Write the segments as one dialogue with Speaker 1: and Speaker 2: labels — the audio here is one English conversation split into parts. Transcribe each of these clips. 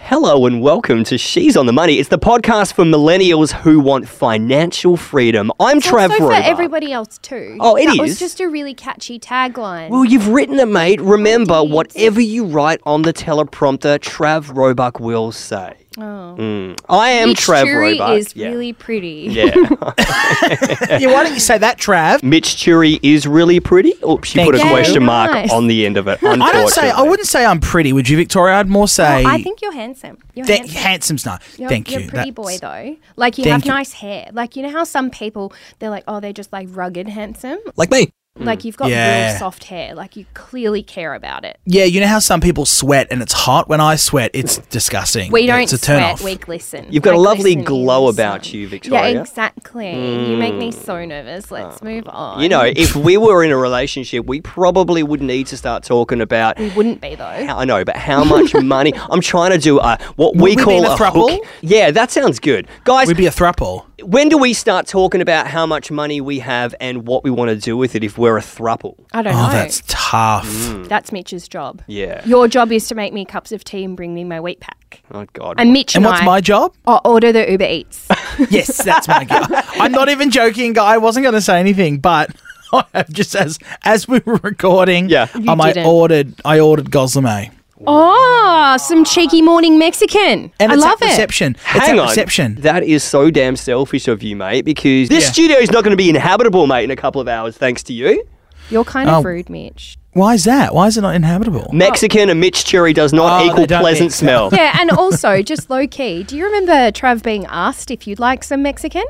Speaker 1: Hello and welcome to She's on the Money. It's the podcast for millennials who want financial freedom. I'm
Speaker 2: It's
Speaker 1: Trav
Speaker 2: also
Speaker 1: Roy.
Speaker 2: for everybody else too.
Speaker 1: Oh, it
Speaker 2: it is. that was
Speaker 1: is.
Speaker 2: just a really catchy tagline.
Speaker 1: Well, you've written it, mate. Remember, whatever you write on the teleprompter, Trav Roebuck will say.
Speaker 2: oh.
Speaker 1: Mm. I am
Speaker 2: Mitch
Speaker 1: Trav
Speaker 2: Drury
Speaker 1: Roebuck.
Speaker 2: is
Speaker 1: yeah.
Speaker 2: really pretty.
Speaker 1: yeah.
Speaker 3: yeah, why don't you say that, Trav?
Speaker 1: Mitch Turi is really pretty. Oh, she
Speaker 3: Thank
Speaker 1: put a
Speaker 3: you.
Speaker 1: question mark
Speaker 2: Nice.
Speaker 1: on the end of it.
Speaker 3: I don't say. I
Speaker 1: unfortunately.
Speaker 3: wouldn't say I'm pretty. Would you, Victoria? I'd more say.
Speaker 2: Oh, I think you're handsome. You're
Speaker 3: that-
Speaker 2: handsome.
Speaker 3: handsome's no.
Speaker 2: You're,
Speaker 3: Thank
Speaker 2: you're
Speaker 3: you.
Speaker 2: a pretty
Speaker 3: That's-
Speaker 2: boy though. Like you
Speaker 3: Thank
Speaker 2: have
Speaker 3: you.
Speaker 2: nice hair. Like you know how some people they're like, oh, they're just like rugged handsome.
Speaker 3: Like me.
Speaker 1: Mm.
Speaker 2: Like you've got
Speaker 3: Yeah.
Speaker 2: real soft hair. Like you clearly care about it.
Speaker 3: Yeah, you know how some people sweat and it's hot. When I sweat, it's disgusting.
Speaker 2: We don't
Speaker 3: it's a turn
Speaker 2: sweat.
Speaker 3: off.
Speaker 2: We glisten.
Speaker 1: You've got
Speaker 2: I
Speaker 1: a lovely
Speaker 2: glisten in
Speaker 1: glow
Speaker 2: the
Speaker 1: about
Speaker 2: sun.
Speaker 1: you, Victoria. Mm. Uh,
Speaker 2: Yeah, exactly. You make me so nervous. Let's move on.
Speaker 1: You know, if we were in a relationship, we probably would need to start talking about.
Speaker 2: we wouldn't be though.
Speaker 1: How, I know, but how much money? I'm trying to do a, what we
Speaker 3: Would we be
Speaker 1: call
Speaker 3: in a
Speaker 1: a,
Speaker 3: throuple?
Speaker 1: hook. Yeah, that sounds good, guys.
Speaker 3: We'd be a thruple.
Speaker 1: when do we start talking about how much money we have and what we want to do with it if we're a thruple?
Speaker 2: I don't
Speaker 3: Oh,
Speaker 2: know.
Speaker 3: that's tough.
Speaker 1: Mm.
Speaker 2: That's Mitch's job.
Speaker 1: Yeah.
Speaker 2: Your job is to make me cups of tea and bring me my wheat pack.
Speaker 1: Oh God.
Speaker 2: And Mitch
Speaker 3: And
Speaker 2: and,
Speaker 3: what's
Speaker 2: I
Speaker 3: my job?
Speaker 2: Oh, order the Uber Eats.
Speaker 3: Yes, that's my girl. I'm not even joking. guy. I wasn't going to say anything, but I have just as as we were recording,
Speaker 1: Yeah.
Speaker 2: You
Speaker 3: um, I
Speaker 2: didn't.
Speaker 3: ordered I ordered Goslame.
Speaker 2: oh, some cheeky morning Mexican.
Speaker 3: And
Speaker 2: I
Speaker 3: it's
Speaker 2: love
Speaker 3: at
Speaker 2: it.
Speaker 3: reception. it's
Speaker 1: Hang
Speaker 3: at
Speaker 1: on.
Speaker 3: reception.
Speaker 1: That is so damn selfish of you, mate, because this
Speaker 3: Yeah.
Speaker 1: studio is not going to be inhabitable, mate, in a couple of hours, thanks to you.
Speaker 2: You're kind of
Speaker 3: Oh.
Speaker 2: rude, Mitch.
Speaker 3: Why is that? Why is it not inhabitable?
Speaker 1: Mexican and Mitch Cherry does not
Speaker 3: Oh, they
Speaker 1: equal
Speaker 3: don't
Speaker 1: pleasant
Speaker 3: mix.
Speaker 1: smell.
Speaker 2: Yeah, and also just low key. Do you remember Trav being asked if you'd like some Mexican?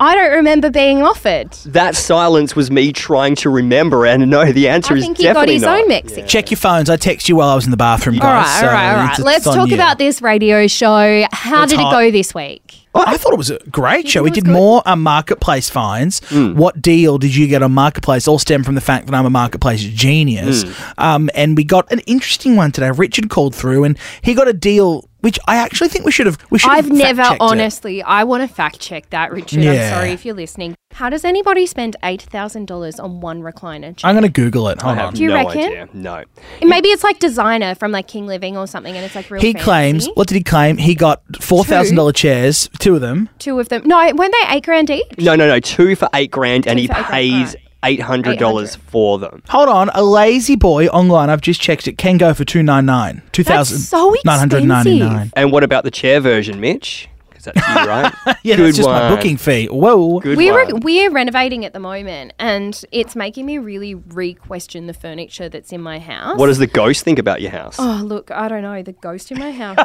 Speaker 2: I don't remember being offered.
Speaker 1: That silence was me trying to remember, and no, the answer
Speaker 2: I
Speaker 1: is
Speaker 2: think he got
Speaker 1: definitely
Speaker 2: his
Speaker 1: not.
Speaker 2: own Mexican.
Speaker 3: Check your phones. I text you while I was in the bathroom, guys.
Speaker 2: All right,
Speaker 3: so
Speaker 2: all right, all
Speaker 3: it's-
Speaker 2: right.
Speaker 3: it's
Speaker 2: Let's
Speaker 3: on
Speaker 2: talk
Speaker 3: you.
Speaker 2: about this radio show. How
Speaker 3: It's
Speaker 2: did
Speaker 3: hot.
Speaker 2: it go this week?
Speaker 3: Oh, I thought it was a great show.
Speaker 2: it
Speaker 3: We
Speaker 2: was
Speaker 3: did
Speaker 2: good?
Speaker 3: more um, marketplace finds. What deal did you get on marketplace? All stem from the fact that I'm a marketplace genius. Um, and we got an interesting one today. Richard called through and he got a deal, which I actually think we should have. We should.
Speaker 2: I've
Speaker 3: have fact-checked
Speaker 2: never,
Speaker 3: it.
Speaker 2: honestly, I want to fact check that, Richard. I'm
Speaker 3: Yeah.
Speaker 2: sorry if you're listening. How does anybody spend $8,000 on one recliner chair?
Speaker 3: I'm going to Google it. Hold
Speaker 1: I
Speaker 3: on.
Speaker 1: have
Speaker 2: Do you
Speaker 1: no
Speaker 2: reckon?
Speaker 1: idea. No.
Speaker 2: Maybe it's like designer from like King Living or something and it's like real
Speaker 3: He
Speaker 2: fancy.
Speaker 3: claims. What did he claim? He got four thousand dollar chairs, two of them.
Speaker 2: Two of them. No, weren't they eight grand each?
Speaker 1: No, no, no. Two for eight grand, and
Speaker 2: Two
Speaker 1: he
Speaker 2: for eight grand,
Speaker 1: pays eight hundred dollars for them.
Speaker 3: Hold on, a lazy boy online. I've just checked it. Can go for two nine nine. Two thousand
Speaker 2: so
Speaker 3: nine hundred ninety nine.
Speaker 2: expensive.
Speaker 1: And what about the chair version, Mitch? Because that's you, right?
Speaker 3: Yeah,
Speaker 1: Good
Speaker 3: that's just my
Speaker 1: one.
Speaker 3: booking fee. Whoa.
Speaker 1: Good
Speaker 2: we
Speaker 1: one.
Speaker 2: were we're renovating at the moment and it's making me really re-question the furniture that's in my house.
Speaker 1: What does the ghost think about your house?
Speaker 2: Oh, look, I don't know. The ghost in my house.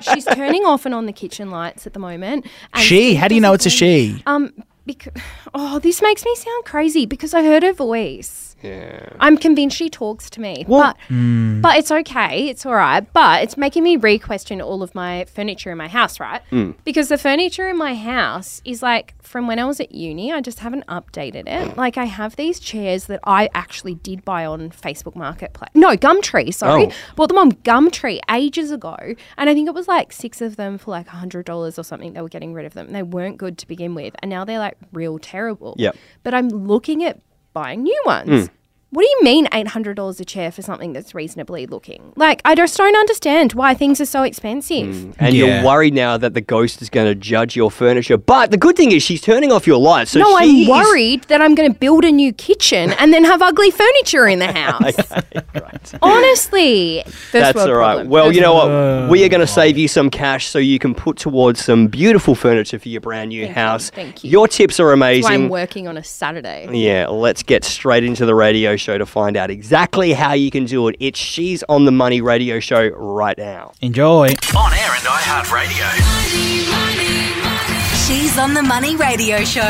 Speaker 2: She's turning off and on the kitchen lights at the moment. and
Speaker 3: She? How do you know it's a she?
Speaker 2: Um, because, oh, this makes me sound crazy because I heard her voice.
Speaker 1: Yeah.
Speaker 2: I'm convinced she talks to me.
Speaker 1: Well- mm.
Speaker 2: but, but it's okay. It's all right. But it's making me re question all of my furniture in my house, right?
Speaker 1: Mm.
Speaker 2: Because the furniture in my house is like from when I was at uni, I just haven't updated it. Like, I have these chairs that I actually did buy on Facebook Marketplace. No, Gumtree, sorry.
Speaker 1: Oh.
Speaker 2: Bought them on Gumtree ages ago. And I think it was like six of them for like $100 or something. They were getting rid of them. They weren't good to begin with. And now they're like real terrible.
Speaker 1: Yep.
Speaker 2: But I'm looking at buying new
Speaker 1: Mm.
Speaker 2: ones. What do you mean $800 a chair for something that's reasonably looking? Like, I just don't understand why things are so expensive.
Speaker 1: And
Speaker 3: Yeah.
Speaker 1: you're worried now that the ghost is going to judge your furniture. But the good thing is she's turning off your lights. So
Speaker 2: no,
Speaker 1: she
Speaker 2: I'm
Speaker 1: is-
Speaker 2: worried that I'm going to build a new kitchen and then have ugly furniture in the house. Honestly, first
Speaker 1: That's
Speaker 2: world
Speaker 1: all right.
Speaker 2: problem.
Speaker 1: Well,
Speaker 2: First
Speaker 1: you know
Speaker 2: world-
Speaker 1: what? we are going to save you some cash so you can put towards some beautiful furniture for your brand new house.
Speaker 2: Thank you.
Speaker 1: Your tips are
Speaker 2: That's why I'm
Speaker 1: amazing.
Speaker 2: working on a Saturday.
Speaker 1: yeah, let's get straight into the radio show to find out exactly how you can do it. It's She's on the Money radio show right now.
Speaker 3: Enjoy.
Speaker 4: On air and iHeartRadio.
Speaker 5: She's on the Money Radio Show.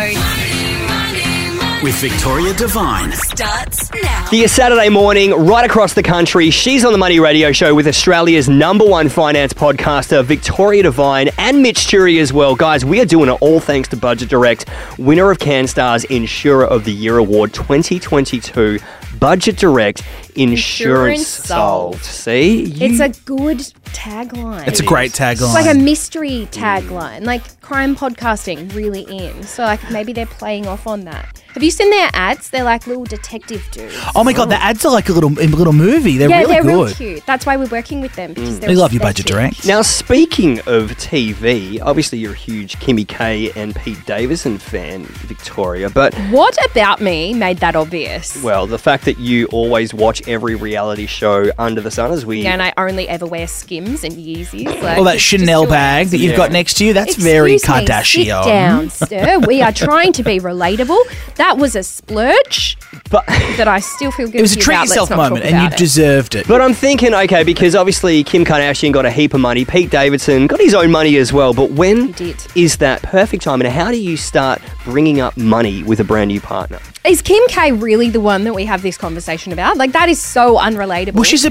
Speaker 4: With Victoria Devine.
Speaker 5: Starts now.
Speaker 1: The Saturday morning, right across the country, she's on the Money Radio Show with Australia's number one finance podcaster, Victoria Devine, and Mitch Turi as well. Guys, we are doing it all thanks to Budget Direct, winner of CanStar's Insurer of the Year Award 2022. Budget Direct Insurance,
Speaker 2: Insurance
Speaker 1: solved.
Speaker 2: solved.
Speaker 1: See, you,
Speaker 2: It's a good tagline.
Speaker 3: It's a great tagline.
Speaker 2: It's like a mystery tagline, like crime podcasting really in. So like maybe they're playing off on that. Have you seen their ads? They're like little detective dudes.
Speaker 3: Oh my god, the ads are like a little a little movie. They're
Speaker 2: yeah,
Speaker 3: really
Speaker 2: they're
Speaker 3: good.
Speaker 2: real cute. That's why we're working with them because they're
Speaker 3: We love you, Budget
Speaker 2: respected.
Speaker 3: Direct.
Speaker 1: Now, speaking of TV, obviously you're a huge Kimmy K and Pete Davison fan, Victoria, but
Speaker 2: What about me made that obvious?
Speaker 1: well, the fact that you always watch every reality show under the sun, as we
Speaker 2: yeah, and I only ever wear Skims and Yeezys. Like,
Speaker 3: All that
Speaker 2: just
Speaker 3: Chanel
Speaker 2: your-
Speaker 3: bag that you've
Speaker 1: Yeah.
Speaker 3: got next to you, that's very
Speaker 2: Excuse me,
Speaker 3: Kardashian.
Speaker 2: sit down, sir. We are trying to be relatable. That was a splurge
Speaker 1: but
Speaker 2: that I still feel guilty
Speaker 3: It was a treat
Speaker 2: about. Let's
Speaker 3: yourself
Speaker 2: not
Speaker 3: moment,
Speaker 2: talk
Speaker 3: and you
Speaker 2: about it.
Speaker 3: deserved it.
Speaker 1: but I'm thinking, okay, because obviously Kim Kardashian got a heap of money, Pete Davidson got his own money as well, but when
Speaker 2: He did.
Speaker 1: is that perfect time, and how do you start bringing up money with a brand new partner?
Speaker 2: Is Kim K really the one that we have this conversation about? Like that is so unrelatable.
Speaker 3: well, she's a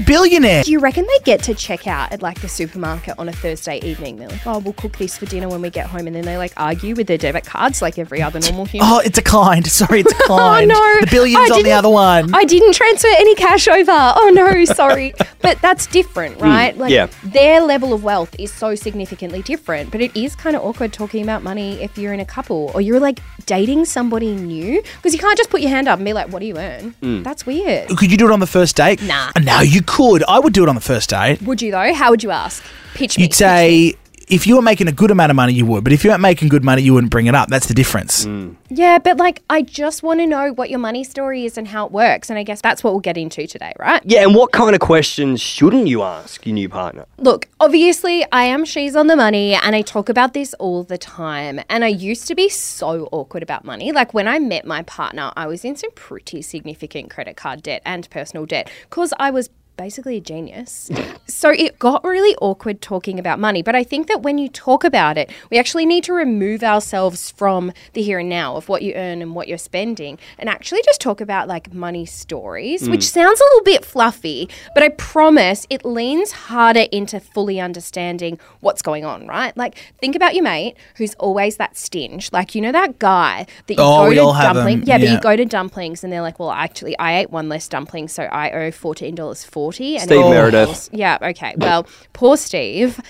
Speaker 3: billionaire.
Speaker 2: Do you reckon they get to check out at like the supermarket on a Thursday evening? They're like, oh, we'll cook this for dinner when we get home, and then they like argue with their debit cards like every other normal human.
Speaker 3: Oh, it declined. Sorry, it declined.
Speaker 2: Oh, no.
Speaker 3: The billions
Speaker 2: I
Speaker 3: on the
Speaker 2: didn't-
Speaker 3: other one.
Speaker 2: I didn't transfer any cash over. Oh no, sorry. but that's different,
Speaker 3: Hmm,
Speaker 2: right? like
Speaker 1: yeah.
Speaker 2: their level of wealth is so significantly different, but it is kind of awkward talking about money if you're in a couple or you're like dating somebody new because you can't just put your hand up and be like, "What do you earn?"
Speaker 3: Hmm.
Speaker 2: That's weird.
Speaker 3: could you do it on the first date?
Speaker 2: Nah.
Speaker 3: No, you could. I would do it on the first date.
Speaker 2: Would you though? How would you ask? Pitch me.
Speaker 3: You'd say if you were making a good amount of money, you would. But if you weren't making good money, you wouldn't bring it up. That's the difference.
Speaker 1: Mm.
Speaker 2: Yeah, but like I just want to know what your money story is and how it works, and I guess that's what we'll get into today, right?
Speaker 1: Yeah, and what kind of questions shouldn't you ask your new partner?
Speaker 2: Look, obviously, I am She's on the Money and I talk about this all the time. And I used to be so awkward about money. Like when I met my partner, I was in some pretty significant credit card debt and personal debt because I was basically a genius. so it got really awkward talking about money. But I think that when you talk about it, we actually need to remove ourselves from the here and now of what you earn and what you're spending and actually just talk about like money stories, which
Speaker 3: Mm.
Speaker 2: sounds a little bit fluffy, but I promise it leans harder into fully understanding what's going on, right? Like think about your mate who's always that stinge. Like, you know that guy that you
Speaker 3: Oh,
Speaker 2: go
Speaker 3: we
Speaker 2: to
Speaker 3: all have
Speaker 2: dumpling.
Speaker 3: them,
Speaker 2: Yeah, but
Speaker 3: yeah.
Speaker 2: you go to dumplings and they're like, Well, actually I ate one less dumpling, so I owe fourteen dollars forty and
Speaker 1: Steve
Speaker 2: everyone
Speaker 1: Meredith.
Speaker 2: else- yeah, okay. Well, poor Steve.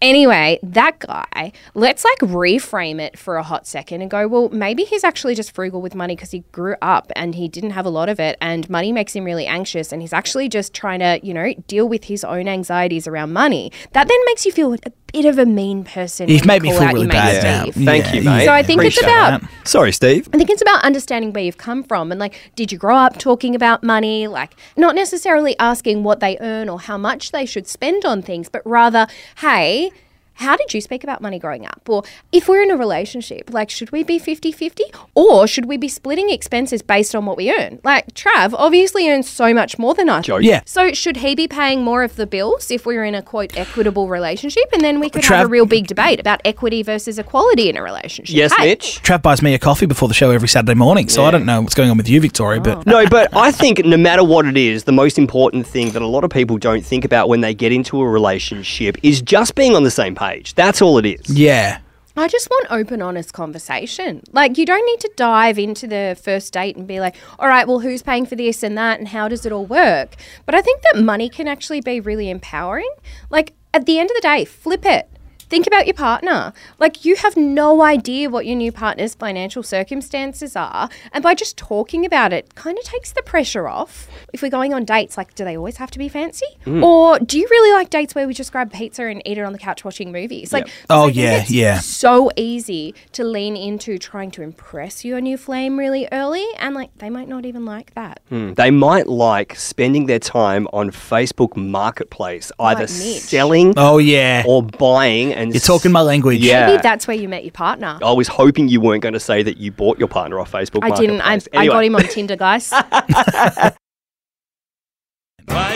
Speaker 2: Anyway, that guy, let's like reframe it for a hot second and go, well, maybe he's actually just frugal with money because he grew up and he didn't have a lot of it and money makes him really anxious and he's actually just trying to, you know, deal with his own anxieties around money. That then makes you feel a bit of a mean person.
Speaker 3: You've
Speaker 2: when
Speaker 3: made
Speaker 2: you
Speaker 3: me
Speaker 2: call
Speaker 3: feel
Speaker 2: out
Speaker 3: really
Speaker 2: your mate
Speaker 3: bad now.
Speaker 2: Steve.
Speaker 1: Thank
Speaker 3: Yeah,
Speaker 1: you, mate.
Speaker 2: So I think it's
Speaker 1: Appreciate
Speaker 2: about
Speaker 3: that.
Speaker 1: Sorry, Steve.
Speaker 2: I think it's about understanding where you've come from and like, did you grow up talking about money? Like, not necessarily asking what they earn or how much they should spend on things, but rather, hey, how did you speak about money growing up? Or if we're in a relationship, like, should we be 50 50 or should we be splitting expenses based on what we earn? Like, Trav obviously earns so much more than I do.
Speaker 1: Yeah.
Speaker 3: Yeah.
Speaker 2: So, should he be paying more of the bills if we're in a quote equitable relationship? And then we could have a
Speaker 3: Trav-
Speaker 2: real big debate about equity versus equality in a relationship.
Speaker 1: Yes,
Speaker 2: Hey,
Speaker 1: Mitch?
Speaker 3: Trav buys me a coffee before the show every Saturday morning, so I don't know what's going on with you, Victoria. But
Speaker 2: Oh.
Speaker 1: No, but I think no matter what it is, the most important thing that a lot of people don't think about when they get into a relationship is just being on the same page. That's all it is.
Speaker 3: yeah,
Speaker 2: I just want open, honest conversation. Like, you don't need to dive into the first date and be like, all right, well, who's paying for this and that and how does it all work? But I think that money can actually be really empowering. Like, at the end of the day, flip it. Think about your partner. Like, you have no idea what your new partner's financial circumstances are. And by just talking about it, kind of takes the pressure off. If we're going on dates, like, do they always have to be fancy?
Speaker 3: Mm.
Speaker 2: Or do you really like dates where we just grab pizza and eat it on the couch watching movies? Like, 'cause
Speaker 3: Oh,
Speaker 2: I think
Speaker 3: yeah,
Speaker 2: it's
Speaker 3: yeah.
Speaker 2: so easy to lean into trying to impress your new flame really early and like they might not even like that
Speaker 1: Hmm. They might like spending their time on Facebook Marketplace, either
Speaker 2: Like Mitch.
Speaker 1: selling
Speaker 3: oh yeah,
Speaker 1: or buying. And
Speaker 3: you're talking my language.
Speaker 1: Yeah. Oh,
Speaker 2: maybe that's where you met your partner
Speaker 1: I was hoping you weren't going to say that you bought your partner off Facebook.
Speaker 2: i didn't I,
Speaker 1: Marketplace. Anyway.
Speaker 2: I got him on tinder guys
Speaker 6: Why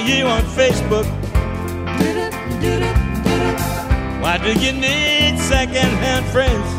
Speaker 6: you on Facebook? Why do you need secondhand friends?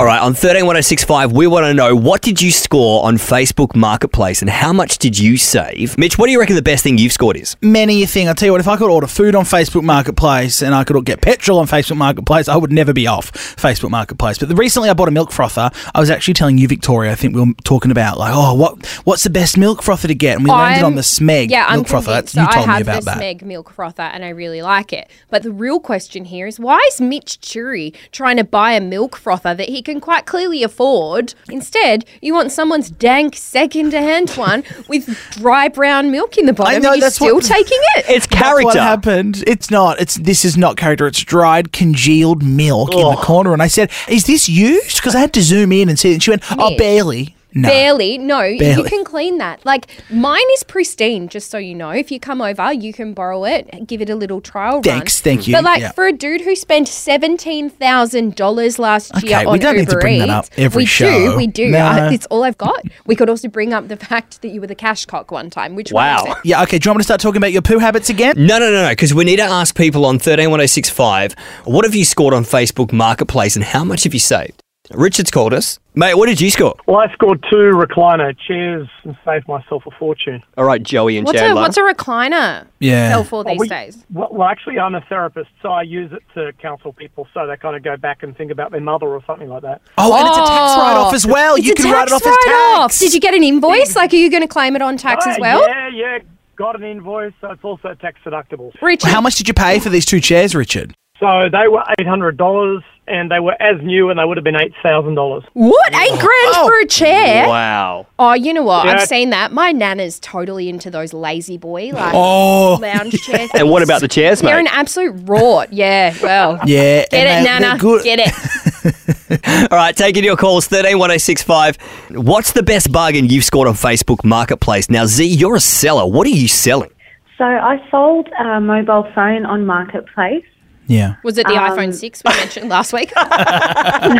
Speaker 1: All right, on 131065, we want to know what did you score on Facebook Marketplace and how much did you save? Mitch, what do you reckon the best thing you've scored is?
Speaker 3: many a thing. I tell you what, if I could order food on Facebook Marketplace and I could get petrol on Facebook Marketplace, I would never be off Facebook Marketplace. But the, recently, I bought a milk frother. I was actually telling you, Victoria. I think we were talking about like, oh, what what's the best milk frother to get? And we landed on
Speaker 2: I'm-
Speaker 3: the Smeg
Speaker 2: yeah, I'm
Speaker 3: milk frother.
Speaker 2: convinced.
Speaker 3: That's- you
Speaker 2: So
Speaker 3: told
Speaker 2: I have
Speaker 3: me about
Speaker 2: the
Speaker 3: that.
Speaker 2: Smeg milk frother, and I really like it. But the real question here is, why is Mitch Churi trying to buy a milk frother that he can quite clearly afford. Instead, you want someone's dank second-hand one with dry brown milk in the bottom.
Speaker 3: know,
Speaker 2: and you're
Speaker 3: that's
Speaker 2: still
Speaker 3: what-
Speaker 2: taking it.
Speaker 1: It's
Speaker 3: That's
Speaker 1: character.
Speaker 3: what happened. It's not. It's this is not character. It's dried congealed milk in the corner. And I said, "Is this used?" Because I had to zoom in and see. it. And she went, "Oh,
Speaker 2: Yes.
Speaker 3: barely." No.
Speaker 2: Barely. No, you
Speaker 3: Barely.
Speaker 2: can clean that. Like mine is pristine, just so you know. If you come over, you can borrow it, give it a little trial run.
Speaker 3: Thanks, thank you,
Speaker 2: But like
Speaker 3: yeah.
Speaker 2: for a dude who spent seventeen thousand dollars last year
Speaker 3: Okay, we
Speaker 2: on
Speaker 3: don't
Speaker 2: Uber
Speaker 3: need to bring
Speaker 2: Eats,
Speaker 3: that up every
Speaker 2: we
Speaker 3: show.
Speaker 2: do, we do.
Speaker 3: No.
Speaker 2: I, it's all I've got. We could also bring up the fact that you were the cash cock one time, which
Speaker 1: Wow.
Speaker 2: was it?
Speaker 3: Yeah. Okay. Do you want me to start talking about your poo habits again?
Speaker 1: No, no, no, no, because we need to ask people on 131065 what have you scored on Facebook Marketplace and how much have you saved? Richard's called us. Mate, what did you score?
Speaker 7: Well, I scored two recliner chairs and saved myself a fortune.
Speaker 1: All right, Joey and
Speaker 2: What's a
Speaker 1: Chandler.
Speaker 2: what's a recliner?
Speaker 3: Yeah.
Speaker 2: Sell for these
Speaker 7: we-
Speaker 2: days.
Speaker 7: Oh, Well, well, actually, I'm a therapist, so I use it to counsel people so they kind of go back and think about their mother or something like that.
Speaker 3: Oh, and it's a tax write-off as well.
Speaker 2: It's
Speaker 3: you
Speaker 2: a
Speaker 3: can
Speaker 2: tax
Speaker 3: write it off
Speaker 2: write-off.
Speaker 3: as tax.
Speaker 2: Did you get an invoice? Like, are you going to claim it on tax as
Speaker 7: Hey,
Speaker 2: well?
Speaker 7: Uh, Yeah, yeah. Got an invoice, so it's also tax deductible.
Speaker 2: Richard,
Speaker 3: How much did you pay for these two chairs, Richard?
Speaker 7: So they were $800 and they were as new and they would have been $8,000.
Speaker 2: What? Eight grand for a chair?
Speaker 1: Wow.
Speaker 2: Oh, you know what?
Speaker 7: Yeah.
Speaker 2: I've seen that. My nana's totally into those lazy boy like
Speaker 3: Oh.
Speaker 2: lounge chairs.
Speaker 1: And what about the chairs,
Speaker 2: They're
Speaker 1: mate?
Speaker 2: an absolute rort. Yeah. Well.
Speaker 3: Yeah.
Speaker 2: Get
Speaker 3: and
Speaker 2: it,
Speaker 3: they- they're
Speaker 2: Nana.
Speaker 3: Good.
Speaker 2: Get it.
Speaker 1: All right, taking your calls 131065. What's the best bargain you've scored on Facebook Marketplace? Now, Z, you're a seller. What are you selling?
Speaker 8: So I sold a mobile phone on Marketplace.
Speaker 3: Yeah.
Speaker 2: Was it the iPhone 6 we mentioned last week?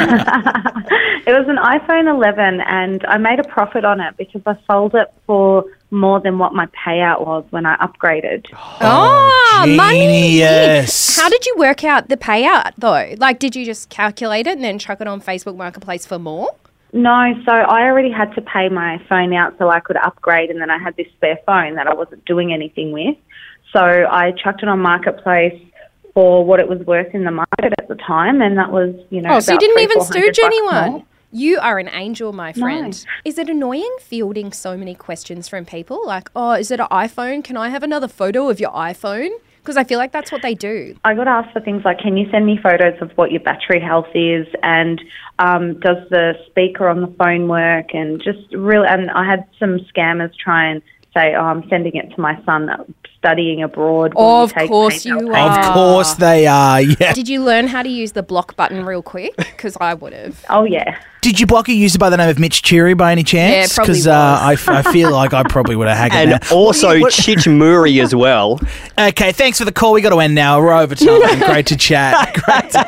Speaker 8: It was an iPhone 11, and I made a profit on it because I sold it for more than what my payout was when I upgraded.
Speaker 2: oh, money.
Speaker 3: Genius.
Speaker 2: How did you work out the payout though? Like, did you just calculate it and then chuck it on Facebook Marketplace for more?
Speaker 8: No, so I already had to pay my phone out so I could upgrade, and then I had this spare phone that I wasn't doing anything with. So I chucked it on Marketplace for what it was worth in the market at the time, and that was, you know,
Speaker 2: Oh, so you
Speaker 8: about
Speaker 2: didn't
Speaker 8: three,
Speaker 2: even
Speaker 8: 400
Speaker 2: stooge
Speaker 8: bucks more.
Speaker 2: anyone. You are an angel, my friend. Is it annoying fielding so many questions from people? Like, oh, is it an iPhone? Can I have another photo of your iPhone? Because I feel like that's what they do.
Speaker 8: I got asked for things like, can you send me photos of what your battery health is, and um, does the speaker on the phone work, and just really. And I had some scammers try and say, oh, I'm sending it to my son that's studying abroad. Will
Speaker 2: Of
Speaker 8: take
Speaker 2: course
Speaker 8: me?"
Speaker 2: you
Speaker 3: Of
Speaker 2: are.
Speaker 3: course they are. Yeah.
Speaker 2: Did you learn how to use the block button real quick? Because I would have.
Speaker 8: Oh yeah.
Speaker 3: Did you block a user by the name of Mitch Cheery by any chance?
Speaker 2: Yeah, probably
Speaker 3: Because uh, I, f- I feel like I probably would have hacked it.
Speaker 1: And
Speaker 3: now.
Speaker 1: also
Speaker 3: What-
Speaker 1: Chich Muri as well.
Speaker 3: Okay, thanks for the call. We got to end now. We're over time. Great to chat. Great to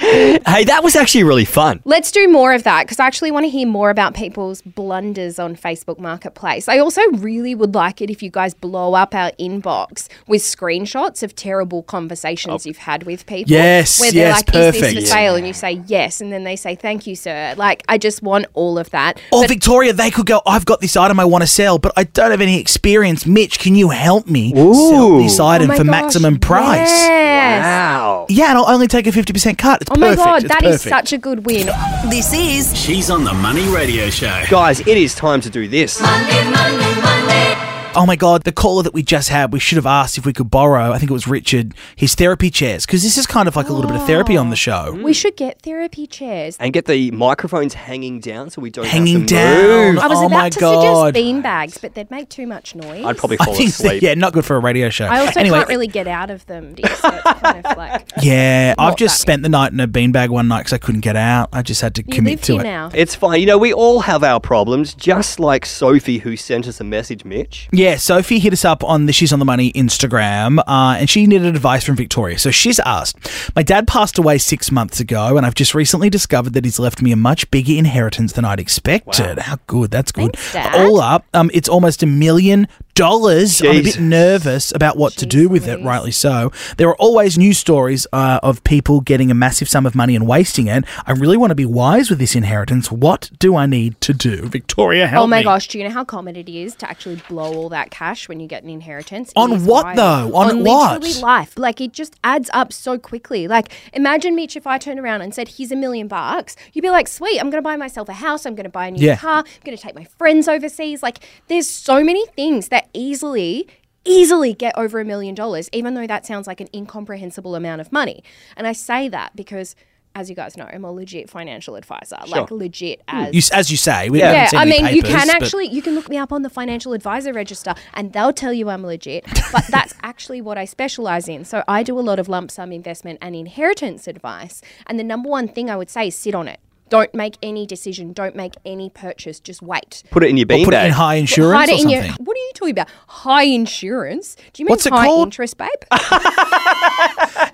Speaker 1: Hey, that was actually really fun.
Speaker 2: Let's do more of that because I actually want to hear more about people's blunders on Facebook Marketplace. I also really would like it if you guys blow up our inbox with screenshots of terrible conversations you've had with people.
Speaker 3: Oh. Yes,
Speaker 2: where they're
Speaker 3: yes,
Speaker 2: like, "Is
Speaker 3: perfect.
Speaker 2: this for sale?" and you say yes, and then they say, "Thank you, sir." Like, I just want all of that.
Speaker 3: Or Oh, Victoria, they could go, I've got this item I want to sell, but I don't have any experience. Mitch, can you help me sell
Speaker 1: Ooh.
Speaker 3: this
Speaker 2: Oh
Speaker 3: item
Speaker 2: my
Speaker 3: for
Speaker 2: gosh,
Speaker 3: maximum price?
Speaker 2: Yes.
Speaker 1: Wow.
Speaker 3: Yeah, and I'll only take a 50% cut. It's
Speaker 2: Oh my
Speaker 3: perfect.
Speaker 2: god,
Speaker 3: It's
Speaker 2: that is
Speaker 3: perfect. Mm-hmm.
Speaker 2: such a good win.
Speaker 5: This is
Speaker 4: She's on the Money Radio Show.
Speaker 1: Guys, it is time to do this.
Speaker 3: Oh my God, the caller that we just had, we should have asked if we could borrow, I think it was Richard, his therapy chairs, because this is kind of like a little bit of therapy on the show.
Speaker 2: We should get therapy chairs.
Speaker 1: And get the microphones hanging down so we don't
Speaker 3: Hanging
Speaker 1: have to move.
Speaker 3: down.
Speaker 2: I was
Speaker 3: oh my
Speaker 2: about to
Speaker 3: God.
Speaker 2: suggest beanbags, but they'd make too much noise.
Speaker 1: I'd probably
Speaker 3: I
Speaker 1: fall
Speaker 3: think so.
Speaker 1: asleep.
Speaker 3: yeah, not good for a radio show.
Speaker 2: I also
Speaker 3: anyway,
Speaker 2: can't really get out of them. dear, so it's kind of like,
Speaker 3: Yeah, I've
Speaker 2: Not
Speaker 3: just
Speaker 2: that
Speaker 3: spent the night in a beanbag one night because I couldn't get out. I just had to
Speaker 2: you
Speaker 3: commit
Speaker 2: live
Speaker 3: to
Speaker 2: here
Speaker 3: it.
Speaker 2: now.
Speaker 1: It's fine. You know, we all have our problems, just like Sophie who sent us a message, Mitch.
Speaker 3: Yeah, Sophie hit us up on the She's on the Money Instagram, uh, and she needed advice from Victoria. So she's asked, "My dad passed away six months ago, and I've just recently discovered that he's left me a much bigger inheritance than I'd expected. How good? That's good.
Speaker 2: Thanks, Dad.
Speaker 3: All up, um, it's almost a million dollars. I'm a bit
Speaker 1: Jesus.
Speaker 3: nervous about what to do with it. Rightly so. There are always news stories uh, of people getting a massive sum of money and wasting it. I really want to be wise with this inheritance. What do I need to do, Victoria? Help
Speaker 2: oh my
Speaker 3: me.
Speaker 2: gosh, do you know how common it is to actually blow all that cash when you get an inheritance? It
Speaker 3: On
Speaker 2: is
Speaker 3: what,
Speaker 2: wild.
Speaker 3: though? On what?
Speaker 2: literally life. Like it just adds up so quickly. Like imagine Mitch if I turned around and said, Here's a million bucks, you'd be like, Sweet, I'm gonna buy myself a house, I'm gonna buy a new
Speaker 3: Yeah.
Speaker 2: car, I'm gonna take my friends overseas. Like there's so many things that easily easily get over a million dollars, even though that sounds like an incomprehensible amount of money. And I say that because as you guys know, I'm a legit financial advisor, like legit as.
Speaker 3: Hmm, You, s- as you say, we haven't
Speaker 2: yeah,
Speaker 3: seen
Speaker 2: I
Speaker 3: any
Speaker 2: mean, you
Speaker 3: papers,
Speaker 2: can
Speaker 3: but-
Speaker 2: actually you can look me up on the financial advisor register, and they'll tell you I'm legit. But that's actually what I specialize in. So I do a lot of lump sum investment and inheritance advice. And the number one thing I would say is sit on it. Don't make any decision. Don't make any purchase. Just wait.
Speaker 1: Put it in your
Speaker 3: Or put it in
Speaker 1: beanbag.
Speaker 3: high insurance
Speaker 2: Hide
Speaker 3: or
Speaker 2: it in your-
Speaker 3: something.
Speaker 2: what are you talking about? High insurance? Do you mean
Speaker 3: What's it
Speaker 2: high
Speaker 3: called?
Speaker 2: interest, babe?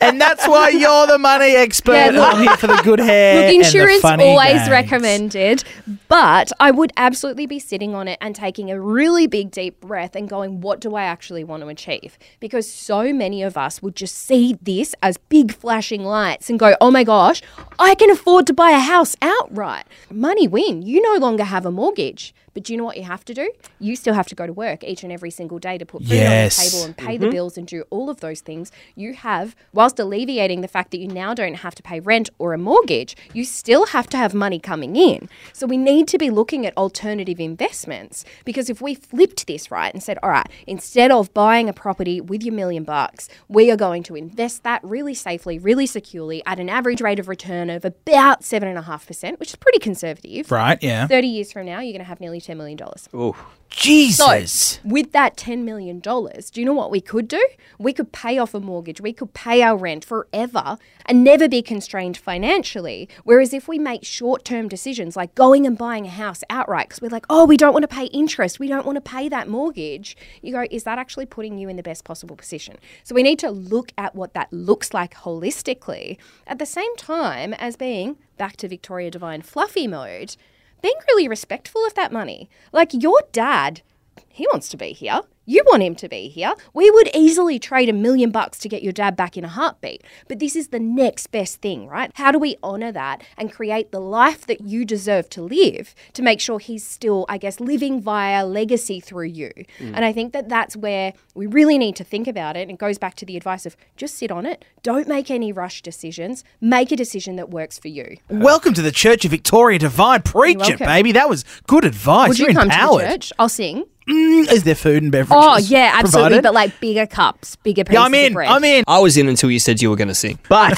Speaker 3: and that's why you're the money expert.
Speaker 2: Yeah, look-
Speaker 3: I'm here for the good hair.
Speaker 2: Look,
Speaker 3: and the
Speaker 2: insurance
Speaker 3: funny
Speaker 2: always
Speaker 3: gags.
Speaker 2: recommended, but I would absolutely be sitting on it and taking a really big deep breath and going, what do I actually want to achieve? Because so many of us would just see this as big flashing lights and go, oh my gosh, I can afford to buy a house outright. Money win. You no longer have a mortgage. But do you know what you have to do? You still have to go to work each and every single day to put food on
Speaker 3: Yes.
Speaker 2: the table and pay the bills and do all of those things, you have, whilst alleviating the fact that you now don't have to pay rent or a mortgage, you still have to have money coming in. So we need to be looking at alternative investments because if we flipped this right and said, all right, instead of buying a property with your million bucks, we are going to invest that really safely, really securely at an average rate of return of about 7.5%, which is pretty conservative.
Speaker 3: Right, yeah.
Speaker 2: 30 years from now, you're going to have nearly $10 million.
Speaker 3: Jesus.
Speaker 2: With that $10 million, do you know what we could do? We could pay off a mortgage, we could pay our rent forever and never be constrained financially. Whereas if we make short term decisions like going and buying a house outright because we're like, oh, we don't want to pay interest, we don't want to pay that mortgage, you go, is that actually putting you in the best possible position? So we need to look at what that looks like holistically at the same time as being back to Victoria Divine fluffy mode. Being really respectful of that money. Like your dad he wants to be here. You want him to be here. We would easily trade a million bucks to get your dad back in a heartbeat. But this is the next best thing, right? How do we honor that and create the life that you deserve to live to make sure he's still, I guess, living via legacy through you?
Speaker 3: Mm.
Speaker 2: And I think that that's where we really need to think about it. And it goes back to the advice of just sit on it. Don't make any rush decisions. Make a decision that works for you.
Speaker 3: Welcome to the Church of Victoria Divine. Preach it,
Speaker 2: welcome.
Speaker 3: baby. That was good advice.
Speaker 2: Would
Speaker 3: You're
Speaker 2: you come
Speaker 3: empowered.
Speaker 2: to the church? I'll sing.
Speaker 3: Mm, Is there food and beverages?
Speaker 2: Oh, yeah, absolutely.
Speaker 3: provided?
Speaker 2: But like bigger cups, bigger pieces
Speaker 3: yeah, I'm
Speaker 2: of
Speaker 3: in.
Speaker 2: bread.
Speaker 3: I'm in.
Speaker 9: I was in until you said you were going to sing.
Speaker 1: But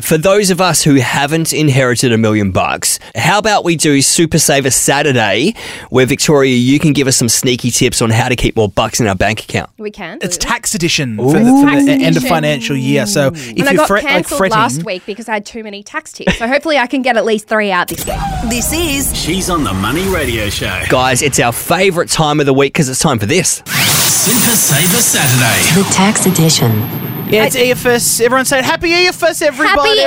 Speaker 9: For those of us who haven't inherited a million bucks, how about we do Super Saver Saturday, where Victoria, you can give us some sneaky tips on how to keep more bucks in our bank account.
Speaker 2: We can.
Speaker 3: It's
Speaker 2: We-
Speaker 3: tax edition for the, for
Speaker 2: Tax
Speaker 3: the end of
Speaker 2: edition.
Speaker 3: financial year. So if
Speaker 2: and I
Speaker 3: you're
Speaker 2: got
Speaker 3: fret, like
Speaker 2: cancelled
Speaker 3: fretting,
Speaker 2: last week because I had too many tax tips. So hopefully I can get at least three out this week.
Speaker 5: This is
Speaker 4: She's on the Money Radio Show.
Speaker 9: Guys, it's our favourite time of the week because it's time for this.
Speaker 4: Super Saver Saturday.
Speaker 5: the tax edition.
Speaker 3: yeah, it's EFS. Everyone say happy EFS, everybody.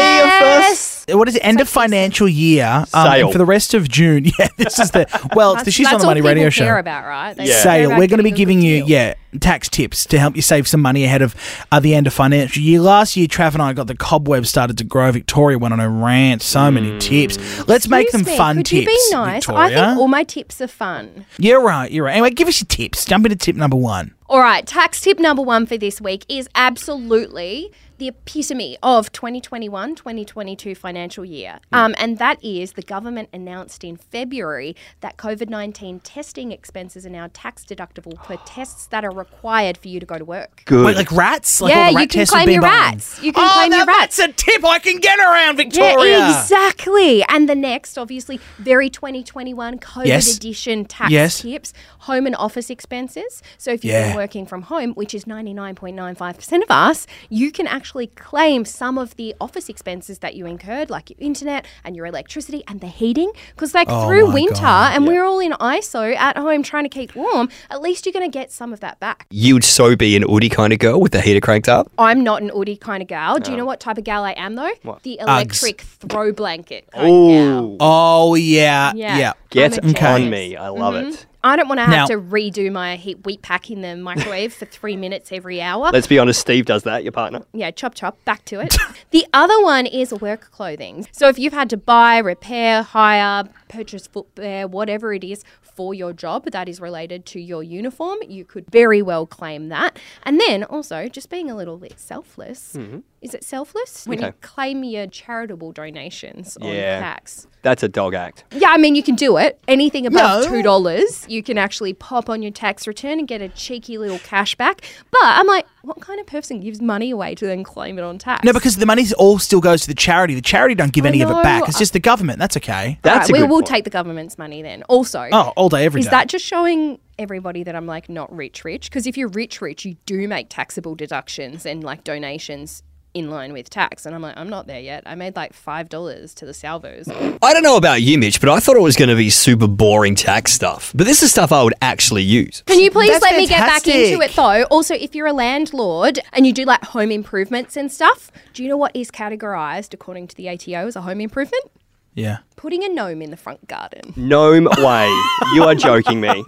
Speaker 2: EFS.
Speaker 3: What is it? End of financial year. Um,
Speaker 1: Sale.
Speaker 3: and for the rest of June. Yeah, this is the. Well, it's the She's
Speaker 2: that's
Speaker 3: on the
Speaker 2: all
Speaker 3: Money
Speaker 2: people
Speaker 3: radio
Speaker 2: care
Speaker 3: show.
Speaker 2: about, right? They
Speaker 1: Yeah.
Speaker 2: care
Speaker 3: sale.
Speaker 2: about
Speaker 3: We're going to be
Speaker 2: a good
Speaker 3: giving you
Speaker 2: deal.
Speaker 3: yeah tax tips to help you save some money ahead of uh, the end of financial year. Last year, Trav and I got the cobweb started to grow. Victoria went on a rant. So
Speaker 1: Mm.
Speaker 3: many tips. Let's make them
Speaker 2: Excuse me,
Speaker 3: fun
Speaker 2: could
Speaker 3: tips.
Speaker 2: you be nice?
Speaker 3: Victoria.
Speaker 2: I think all my tips are fun.
Speaker 3: you're right. You're right. Anyway, give us your tips. Jump into tip number one.
Speaker 2: All right, tax tip number one for this week is absolutely the epitome of 2021 2022 financial year. Um, and that is the government announced in February that COVID 19 testing expenses are now tax deductible per tests that are required for you to go to work.
Speaker 1: good.
Speaker 3: Wait, like rats? Like
Speaker 2: Yeah,
Speaker 3: all the
Speaker 2: you
Speaker 3: rat
Speaker 2: can
Speaker 3: tests
Speaker 2: claim
Speaker 3: have been
Speaker 2: your
Speaker 3: banned.
Speaker 2: rats. You can
Speaker 3: oh,
Speaker 2: claim
Speaker 3: that-
Speaker 2: your rats.
Speaker 3: That's a tip I can get around, Victoria.
Speaker 2: Yeah, exactly. And the next, obviously, very 2021 COVID
Speaker 3: Yes.
Speaker 2: edition tax
Speaker 3: Yes.
Speaker 2: tips, home and office expenses. So if you've
Speaker 3: Yeah.
Speaker 2: been working from home, which is 99.95% of us, you can actually claim some of the office expenses that you incurred, like your internet and your electricity and the heating. Because, like,
Speaker 3: Oh
Speaker 2: through
Speaker 3: my
Speaker 2: winter,
Speaker 3: God.
Speaker 2: and we're all in ISO at home trying to keep warm, at least you're going to get some of that back.
Speaker 9: You'd so be an Woody kind of girl with the heater cranked up.
Speaker 2: I'm not an Audi kind of gal. Do you know what type of gal I am, though? The electric throw blanket. kind of gal.
Speaker 1: Ooh,
Speaker 3: Oh yeah, yeah.
Speaker 2: Yeah.
Speaker 1: get
Speaker 2: I'm a
Speaker 1: on
Speaker 2: genius.
Speaker 1: me. I love it.
Speaker 2: I don't want to
Speaker 3: Now-
Speaker 2: have to redo my heat wheat pack in the microwave for three minutes every hour.
Speaker 1: Let's be honest, Steve does that, your partner.
Speaker 2: yeah, chop chop, back to it. the other one is work clothing. So if you've had to buy, repair, hire, purchase footwear, whatever it is for your job that is related to your uniform, you could very well claim that. And then also just being a little bit selfless. is it selfless when you
Speaker 1: Mm-hmm. Okay.
Speaker 2: claim your charitable donations on
Speaker 1: Yeah.
Speaker 2: tax?
Speaker 1: That's a dog act.
Speaker 2: Yeah, I mean you can do it. Anything above
Speaker 3: No.
Speaker 2: two dollars, you can actually pop on your tax return and get a cheeky little cash back. But I'm like, what kind of person gives money away to then claim it on tax?
Speaker 3: No, because the money all still goes to the charity. The charity don't give
Speaker 2: I
Speaker 3: any of
Speaker 2: know,
Speaker 3: it back. It's
Speaker 2: I-
Speaker 3: just the government. That's okay.
Speaker 1: That's
Speaker 2: Alright,
Speaker 1: a
Speaker 2: we
Speaker 1: good
Speaker 2: will
Speaker 1: point.
Speaker 2: take the government's money then. Also,
Speaker 3: Oh, all day, every
Speaker 2: is
Speaker 3: day.
Speaker 2: that just showing everybody that I'm like not rich, rich? Because if you're rich, rich, you do make taxable deductions and like donations in line with tax. And I'm like, I'm not there yet. I made like five dollars to the salvos.
Speaker 9: I don't know about you, Mitch, but I thought it was going to be super boring tax stuff. But this is stuff I would actually use.
Speaker 2: Can you please
Speaker 3: That's
Speaker 2: let me get back into
Speaker 3: fantastic.
Speaker 2: it though? Also, if you're a landlord and you do like home improvements and stuff, do you know what is categorized according to the ATO as a home improvement?
Speaker 3: yeah.
Speaker 2: Putting a gnome in the front garden.
Speaker 3: Mm.
Speaker 1: Gnome way. You are joking me.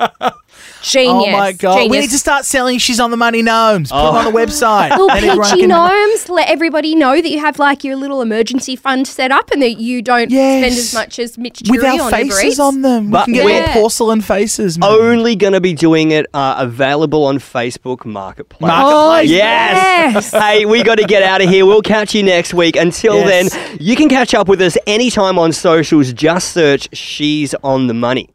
Speaker 2: Genius.
Speaker 3: Oh my god. We
Speaker 2: Genius.
Speaker 3: need to start selling she's on the money gnomes. Put it on the website.
Speaker 2: Little
Speaker 3: And everyone
Speaker 2: peachy
Speaker 3: can-
Speaker 2: gnomes, let everybody know that you have like your little emergency fund set up and that you don't spend
Speaker 3: Yes.
Speaker 2: as much as Mitch
Speaker 3: With
Speaker 2: Jury
Speaker 3: our
Speaker 2: on Uber
Speaker 3: faces
Speaker 2: Eats.
Speaker 3: on them.
Speaker 1: But
Speaker 3: we can get
Speaker 2: we're-
Speaker 3: little porcelain faces. man.
Speaker 1: Only going to be doing it uh, available on Facebook Marketplace.
Speaker 3: Marketplace.
Speaker 1: Yes. hey, we got to get out of here. We'll catch you next week. Until
Speaker 3: Yes.
Speaker 1: then, you can catch up with us anytime on socials. Just search She's on the Money.